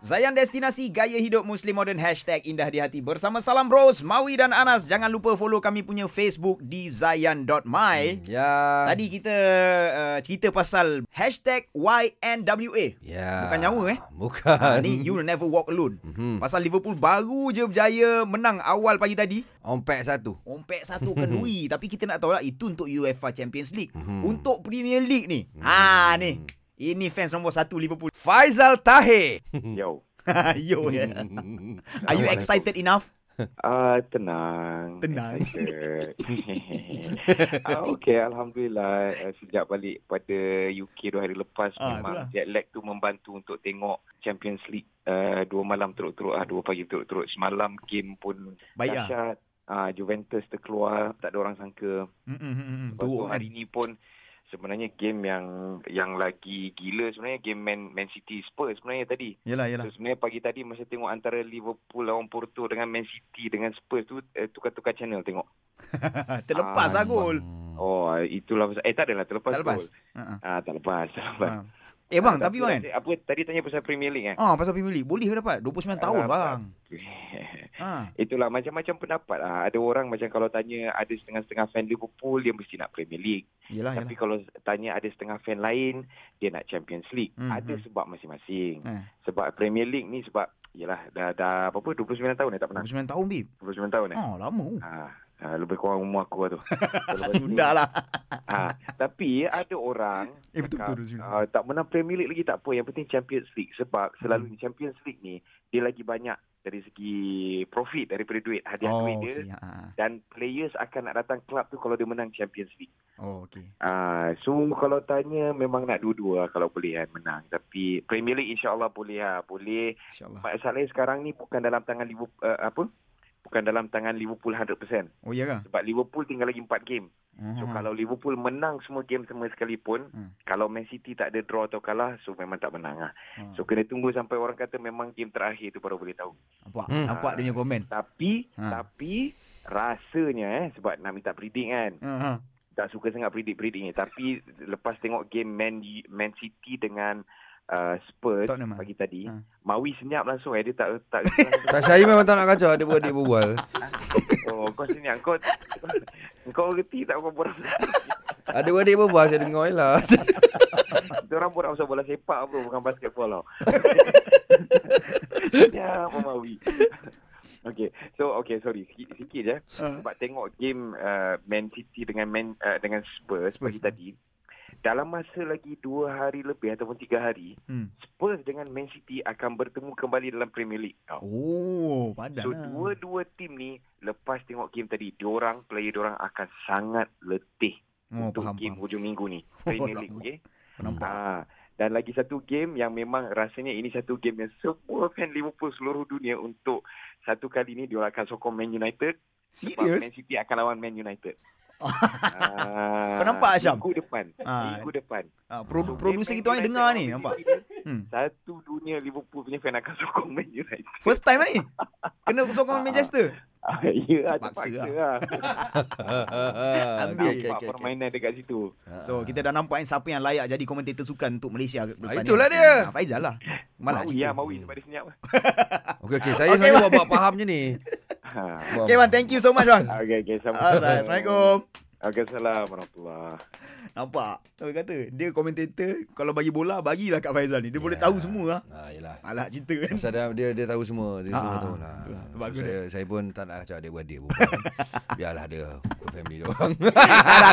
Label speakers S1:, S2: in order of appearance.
S1: Zayan Destinasi Gaya Hidup Muslim Modern Hashtag Indah di Hati Bersama Salam Bros, Mawi dan Anas Jangan lupa follow kami punya Facebook di zayan.my hmm.
S2: Ya.
S1: Tadi kita uh, cerita pasal Hashtag YNWA
S2: Ya.
S1: Bukan nyawa eh
S2: Bukan.
S1: Ha, ni You'll Never Walk Alone mm-hmm. Pasal Liverpool baru je berjaya menang awal pagi tadi
S2: Ompek satu.
S1: Ompek satu ke Nui Tapi kita nak tahu lah Itu untuk UEFA Champions League hmm. Untuk Premier League ni hmm. Ha ni Ini fans nombor satu Liverpool
S2: Faizal Tahir.
S3: Yo.
S1: Yo
S2: Mm-hmm.
S1: yeah. Are you excited enough?
S3: Ah, tenang.
S1: Tenang.
S3: Excited. ah, okay, Alhamdulillah. Ah, sejak balik pada UK dua hari lepas,
S1: Ah, itulah.
S3: memang jet lag tu membantu untuk tengok Champions League ah, dua malam turut-turut, ah, dua pagi turut-turut. Semalam game pun
S1: Baik lah
S3: dahsyat. Ah, Juventus terkeluar, tak ada orang sangka.
S1: Mm, mm, mm, mm.
S3: Lepas tu
S1: Teruk kan
S3: hari ni pun sebenarnya game yang yang lagi gila sebenarnya game Man, Man City Spurs sebenarnya tadi.
S1: Yelah yelah
S3: So, sebenarnya pagi tadi masa tengok antara Liverpool lawan Porto dengan Man City dengan Spurs tu eh, tukar-tukar channel tengok.
S1: Terlepas lah
S3: Ah,
S1: gol
S3: Oh ah, itulah pasal- eh tak adalah terlepas.
S1: Tak lepas
S3: gol.
S1: Ha,
S3: Ah tak lepas, tak
S1: ha.
S3: lepas.
S1: Ha. Eh bang
S3: Ah,
S1: tapi bang
S3: tadi- Apa tadi tanya pasal Premier League kan?
S1: Ah pasal Premier League boleh ke dapat 29 tahun
S3: Alah,
S1: bang. Ha.
S3: Itulah macam-macam pendapat lah. Ada orang macam kalau tanya ada setengah-setengah fan Liverpool dia mesti nak Premier League.
S1: Yelah
S3: Tapi
S1: yelah.
S3: kalau tanya ada setengah fan lain dia nak Champions League.
S1: Hmm, hmm.
S3: Ada sebab masing-masing.
S1: Eh,
S3: Sebab Premier League ni sebab yalah dah dah apa apa 29 tahun dah tak pernah.
S1: 29 tahun bib.
S3: 29 tahun dah.
S1: Oh lama.
S3: Ha, ha, lebih kurang umur aku lah tu. Lepas tu,
S1: Sudahlah.
S3: Ha, tapi ada orang
S1: Eh betul betul. betul.
S3: uh, tak menang Premier League lagi tak apa. Yang penting Champions League. Sebab selalunya
S1: Hmm.
S3: Champions League ni, dia lagi banyak dari segi profit daripada duit. Hadiah
S1: Oh
S3: duit dia.
S1: okey. Ha, ha.
S3: Dan players akan nak datang club tu kalau dia menang Champions League.
S1: Oh okey.
S3: Ah, so kalau tanya memang nak dua-dua lah kalau boleh kan menang. Tapi Premier League insya-Allah boleh lah. Boleh.
S1: Insya-Allah.
S3: Masalahnya sekarang ni bukan dalam tangan Liverpool uh, apa? Bukan dalam tangan Liverpool 100%.
S1: Oh Ha, ya ke?
S3: Sebab Liverpool tinggal lagi 4 game. So
S1: Aha.
S3: kalau Liverpool menang semua game semua sekalipun,
S1: Hmm.
S3: kalau Man City tak ada draw atau kalah, so memang tak menang lah.
S1: Ha.
S3: So kena tunggu sampai orang kata memang game terakhir tu baru boleh tahu.
S1: Nampak
S2: Hmm.
S1: nampak dia punya komen.
S3: Tapi
S1: Ha.
S3: tapi rasanya eh sebab nak minta predict kan.
S1: Ha, ha.
S3: Tak suka sangat predict-predict ni tapi lepas tengok game Man Man City dengan uh, Spurs
S1: Tottenham, ah?
S3: pagi tadi,
S1: Ha.
S3: Mawi senyap langsung eh dia tak tak
S2: Tak saya memang tak nak kacau ada buat dia berbual.
S3: oh, kau senyap kau kau reti tak kau borang
S2: Ada buat dia berbual saya dengar je lah.
S3: Kita orang pun nak pasal bola sepak bro, bukan basketball tau. ya, Mamawi. Okay, so okay, sorry sikit, sikit je.
S1: Ah.
S3: Sebab tengok game uh, Man City dengan Man uh, dengan Spurs,
S1: Spurs,
S3: Spurs pagi
S1: ah.
S3: tadi. Dalam masa lagi dua hari lebih ataupun tiga hari,
S1: Hmm.
S3: Spurs dengan Man City akan bertemu kembali dalam Premier League. Tau.
S1: Oh, padan
S3: So
S1: lah.
S3: dua-dua tim ni lepas tengok game tadi, diorang player diorang akan sangat letih
S1: Oh,
S3: untuk
S1: faham,
S3: game
S1: faham.
S3: hujung minggu ni.
S1: Oh,
S3: Premier
S1: tak
S3: League,
S1: apa.
S3: okay?
S1: Nampak.
S3: Ah, dan lagi satu game yang memang rasanya ini satu game yang semua fan Liverpool seluruh dunia untuk satu kali ni diorang akan sokong Man United. sebab
S1: Serius?
S3: Man City akan lawan Man United. ah,
S1: Kau nampak, Syam?
S3: Minggu depan.
S1: Ah.
S3: Minggu depan.
S1: Ah, produ-
S3: So,
S1: producer
S3: game
S1: kita
S3: Man
S1: orang
S3: United
S1: dengar ni,
S3: lawan Man
S1: nampak.
S3: City ni,
S1: Hmm.
S3: Satu dunia Liverpool punya fan akan sokong Man United.
S1: First time lah ni. Kena sokong
S3: Ah.
S1: Manchester.
S3: Ah, ya,
S1: Terpaksa
S3: terpaksa lah.
S1: Ambil.
S2: Okey
S3: Ambil
S2: okey
S3: okay,
S2: okey.
S3: permainan dekat situ.
S2: Ah.
S1: So kita dah nampak kan siapa yang layak jadi komentator sukan untuk Malaysia ke depan ni.
S2: itulah dia.
S1: Ah, Faizal lah. Malah
S3: Mawi, ya,
S1: cerita.
S3: Mawi sebab dia senyap.
S2: Okey okey saya
S1: Ah. Okey,
S2: okay,
S1: bang.
S2: buat buat faham je ni.
S3: Ha.
S2: Buat-
S1: Okay bang, thank you so much bang.
S3: Okay, okay.
S1: Alright, Assalamualaikum.
S3: Okay, salam. Warahmatullahi
S1: Nampak? Tahu kata, dia komentator kalau bagi bola, bagilah kat Faizal ni. Dia boleh tahu semua lah.
S2: Ha yalah.
S1: Alah cerita kan.
S2: Pasal dia, dia dia tahu semua, dia
S1: Ah,
S2: semua
S1: ah,
S2: tahu lah.
S1: betul lah.
S2: So,
S1: Bagus
S2: saya saya pun tak nak kacau dia buat dia berbual. Biarlah dia family dia orang.
S1: Alah,